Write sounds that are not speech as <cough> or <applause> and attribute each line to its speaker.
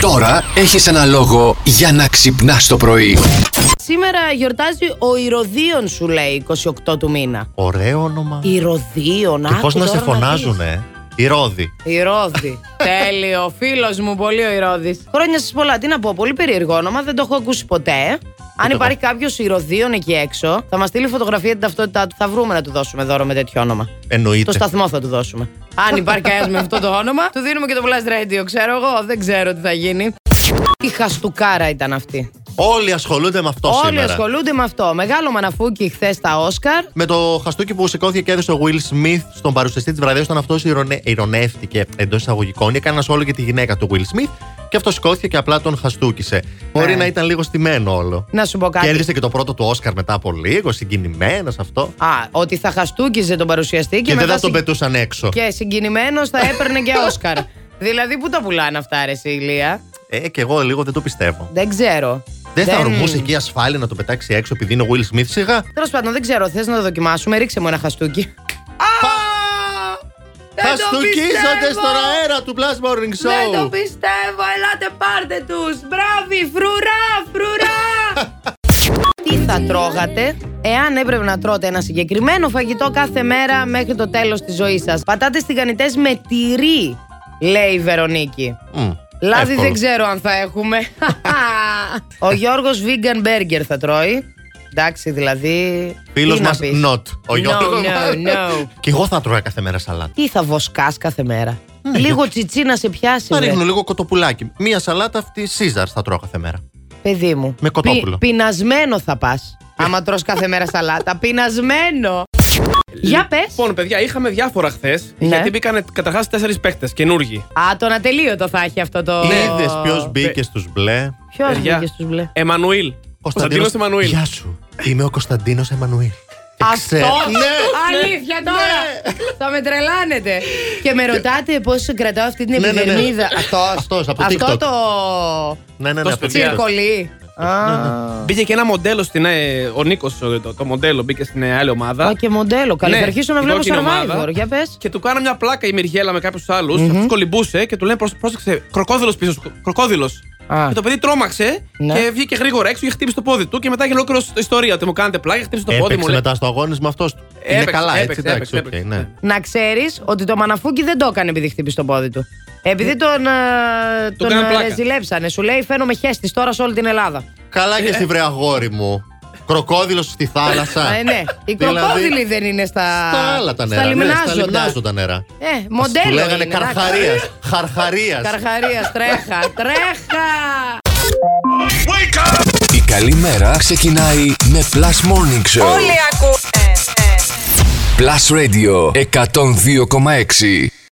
Speaker 1: Τώρα έχεις ένα λόγο για να ξυπνάς το πρωί.
Speaker 2: Σήμερα γιορτάζει ο Ηρωδίων σου λέει 28 του μήνα.
Speaker 3: Ωραίο όνομα.
Speaker 2: Ηρωδίων,
Speaker 3: Και
Speaker 2: άκου
Speaker 3: πώ να
Speaker 2: τώρα
Speaker 3: σε φωνάζουν,
Speaker 2: δεις.
Speaker 3: ε. Η Ρόδη. <laughs>
Speaker 2: Ηρώδη. Τέλειο. Φίλος μου, πολύ ο Ηρώδης. Χρόνια σας πολλά. Τι να πω, πολύ περίεργο όνομα, δεν το έχω ακούσει ποτέ. Αν
Speaker 3: εγώ.
Speaker 2: υπάρχει κάποιος Ηρωδίων εκεί έξω, θα μας στείλει φωτογραφία την ταυτότητά του. Θα βρούμε να του δώσουμε δώρο με τέτοιο όνομα.
Speaker 3: Εννοείται.
Speaker 2: Το σταθμό θα του δώσουμε. Αν υπάρχει κανένας με αυτό το όνομα, του δίνουμε και το Blast Radio. Ξέρω εγώ, δεν ξέρω τι θα γίνει. Η χαστούκάρα ήταν αυτή.
Speaker 3: Όλοι ασχολούνται με αυτό
Speaker 2: Όλοι
Speaker 3: σήμερα.
Speaker 2: ασχολούνται με αυτό. Μεγάλο μαναφούκι χθες τα Όσκαρ.
Speaker 3: Με το χαστούκι που σηκώθηκε και έδωσε ο Will Smith στον παρουσιαστή της βραδιά, όταν αυτός ηρωνε... ηρωνεύτηκε εντός εισαγωγικών, έκανε ένα όλο και τη γυναίκα του Will Smith και αυτό σηκώθηκε και απλά τον χαστούκισε.
Speaker 2: Ναι.
Speaker 3: Μπορεί να ήταν λίγο στημένο όλο.
Speaker 2: Να σου πω κάτι.
Speaker 3: Κέρδισε και το πρώτο του Όσκαρ μετά από λίγο, συγκινημένος αυτό.
Speaker 2: Α, ότι θα χαστούκιζε τον παρουσιαστή και,
Speaker 3: Και, δεν
Speaker 2: μετά
Speaker 3: θα τον
Speaker 2: συ-
Speaker 3: πετούσαν έξω.
Speaker 2: Και συγκινημένος θα έπαιρνε και
Speaker 3: <laughs>
Speaker 2: Όσκαρ. δηλαδή, πού τα πουλάνε αυτά, ρε εσύ, Ηλία.
Speaker 3: Ε, και εγώ λίγο δεν το πιστεύω.
Speaker 2: Δεν ξέρω.
Speaker 3: Δεν θα ορμούσε εκεί ασφάλεια να το πετάξει έξω επειδή είναι ο Will Smith σιγά.
Speaker 2: Τέλος πάντων, δεν ξέρω. Θες να το δοκιμάσουμε, ρίξε μου ένα χαστούκι. Δεν το
Speaker 3: Θα στουκίζονται
Speaker 2: πιστεύω!
Speaker 3: στον αέρα του Blast Morning
Speaker 2: Δεν το
Speaker 3: Show.
Speaker 2: πιστεύω, ελάτε πάρτε τους Μπράβοι, φρουρά, φρουρά <laughs> Τι θα τρώγατε εάν έπρεπε να τρώτε ένα συγκεκριμένο φαγητό κάθε μέρα μέχρι το τέλος της ζωής σας Πατάτες τηγανιτές με τυρί, λέει η Βερονίκη
Speaker 3: Μμ,
Speaker 2: Λάδι
Speaker 3: εύκολο.
Speaker 2: δεν ξέρω αν θα έχουμε <laughs> Ο Γιώργος vegan burger θα τρώει Εντάξει δηλαδή
Speaker 3: Φίλος
Speaker 2: τι να
Speaker 3: μας
Speaker 2: πεις.
Speaker 3: not. Ο
Speaker 2: No,
Speaker 3: Γιώργος
Speaker 2: no, no.
Speaker 3: <laughs> Και εγώ θα τρώω κάθε μέρα σαλάτα.
Speaker 2: Τι θα βοσκάς κάθε μέρα Λίγο τσιτσί να σε πιάσει
Speaker 3: Θα
Speaker 2: βρε.
Speaker 3: ρίχνω λίγο κοτοπουλάκι. Μία σαλάτα αυτή Caesar θα τρώω κάθε μέρα.
Speaker 2: Παιδί μου.
Speaker 3: Με κοτόπουλο.
Speaker 2: πει- πεινασμένο θα πας. Άμα τρως κάθε μέρα σαλάτα. Πεινασμένο. Για πες.
Speaker 4: Λοιπόν, παιδιά, είχαμε διάφορα χθες.
Speaker 2: Ναι.
Speaker 4: Γιατί μπήκαν καταρχάς τέσσερις παίχτε καινούργοι.
Speaker 2: Α, τον ατελείωτο θα έχει αυτό το.
Speaker 3: Είδες ποιος μπήκε στους μπλε.
Speaker 2: Ποιος
Speaker 4: Παιδιά.
Speaker 2: βγήκε στους
Speaker 4: <laughs>
Speaker 2: μπλε.
Speaker 4: Εμμανουήλ. Κωνσταντίνος Εμμανουήλ.
Speaker 3: Γεια σου. Είμαι ο Κωνσταντίνος Εμμανουήλ. Ναι. Και
Speaker 2: Αυτό!
Speaker 3: ξέρω-
Speaker 2: Αλήθεια τώρα! Θα με τρελάνετε. Και με ρωτάτε πώς κρατάω αυτή την
Speaker 3: Ναι, ναι, ναι.
Speaker 2: επιδερμίδα. Αυτός.
Speaker 3: Αυτός, από το
Speaker 2: Αυτό
Speaker 3: TikTo.
Speaker 2: το.
Speaker 3: Ναι, ναι, ναι.
Speaker 4: Τόσο
Speaker 3: από το
Speaker 4: παιδιά.
Speaker 3: TikTok.
Speaker 2: Τσιρκολί.
Speaker 3: Ναι,
Speaker 2: Α.
Speaker 4: Μπήκε και ένα μοντέλο στην. ε, Ο Νίκος, το, το μοντέλο, μπήκε στην ε, άλλη ομάδα.
Speaker 2: Α, και μοντέλο. Καλή,
Speaker 4: Ναι,
Speaker 2: θα αρχίσω να
Speaker 4: η
Speaker 3: Λοιπόν,
Speaker 2: βλέπω
Speaker 4: κόκκινη ομάδα.
Speaker 2: survivor. Για πες.
Speaker 4: Και του κάνα μια πλάκα η Μυριέλα με κάποιους άλλους. Mm-hmm. κολυμπούσε και του λένε «Πρόσ- Πρόσεξε, κροκόδηλος πίσω. σου, Κροκόδηλος».
Speaker 2: Α.
Speaker 4: Και το παιδί τρόμαξε
Speaker 2: Ναι.
Speaker 4: και βγήκε γρήγορα έξω και χτύπησε το πόδι του. Και μετά είχε ολόκληρο στο- ιστορία. Ότι μου κάνετε πλάκα, χτύπησε το πόδι μου.
Speaker 3: Έπαιξε
Speaker 4: λέει.
Speaker 3: μετά στο αγώνισμα αυτός του. Είναι
Speaker 4: Έπαιξε,
Speaker 3: καλά, έτσι.
Speaker 4: έπαιξε,
Speaker 3: Εντάξει,
Speaker 4: έπαιξε,
Speaker 3: οκ,
Speaker 4: έπαιξε.
Speaker 3: ναι.
Speaker 2: Να ξέρεις ότι το μαναφούκι δεν το έκανε επειδή χτύπησε το πόδι του. Επειδή τον, ε, τον,
Speaker 4: κάνανε
Speaker 2: ε,
Speaker 4: πλάκα.
Speaker 2: ρεζιλέψανε. Σου λέει φαίνομαι χέστης τώρα σε όλη την Ελλάδα.
Speaker 3: Καλά και στη βρε αγόρι μου. Κροκόδηλο στη θάλασσα.
Speaker 2: Ε,
Speaker 3: <laughs>
Speaker 2: ναι. Οι
Speaker 3: Δηλαδή,
Speaker 2: κροκόδιλοι δεν είναι στα,
Speaker 3: Στα άλλα τα νερά.
Speaker 2: στα
Speaker 3: ναι,
Speaker 2: λιμνάζοντα.
Speaker 3: λιμνάζοντα νερά.
Speaker 2: Ε,
Speaker 3: Ας
Speaker 2: μοντέλο.
Speaker 3: Του λέγανε
Speaker 2: είναι, εντάξει.
Speaker 3: καρχαρίας. Χαρχαρίας.
Speaker 2: Καρχαρίας, τρέχα, τρέχα.
Speaker 1: Η καλή μέρα ξεκινάει με Plus Morning Show.
Speaker 5: Όλοι ακούνε.
Speaker 1: Plus Radio 102,6.